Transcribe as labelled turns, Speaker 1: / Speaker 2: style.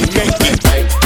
Speaker 1: right, right.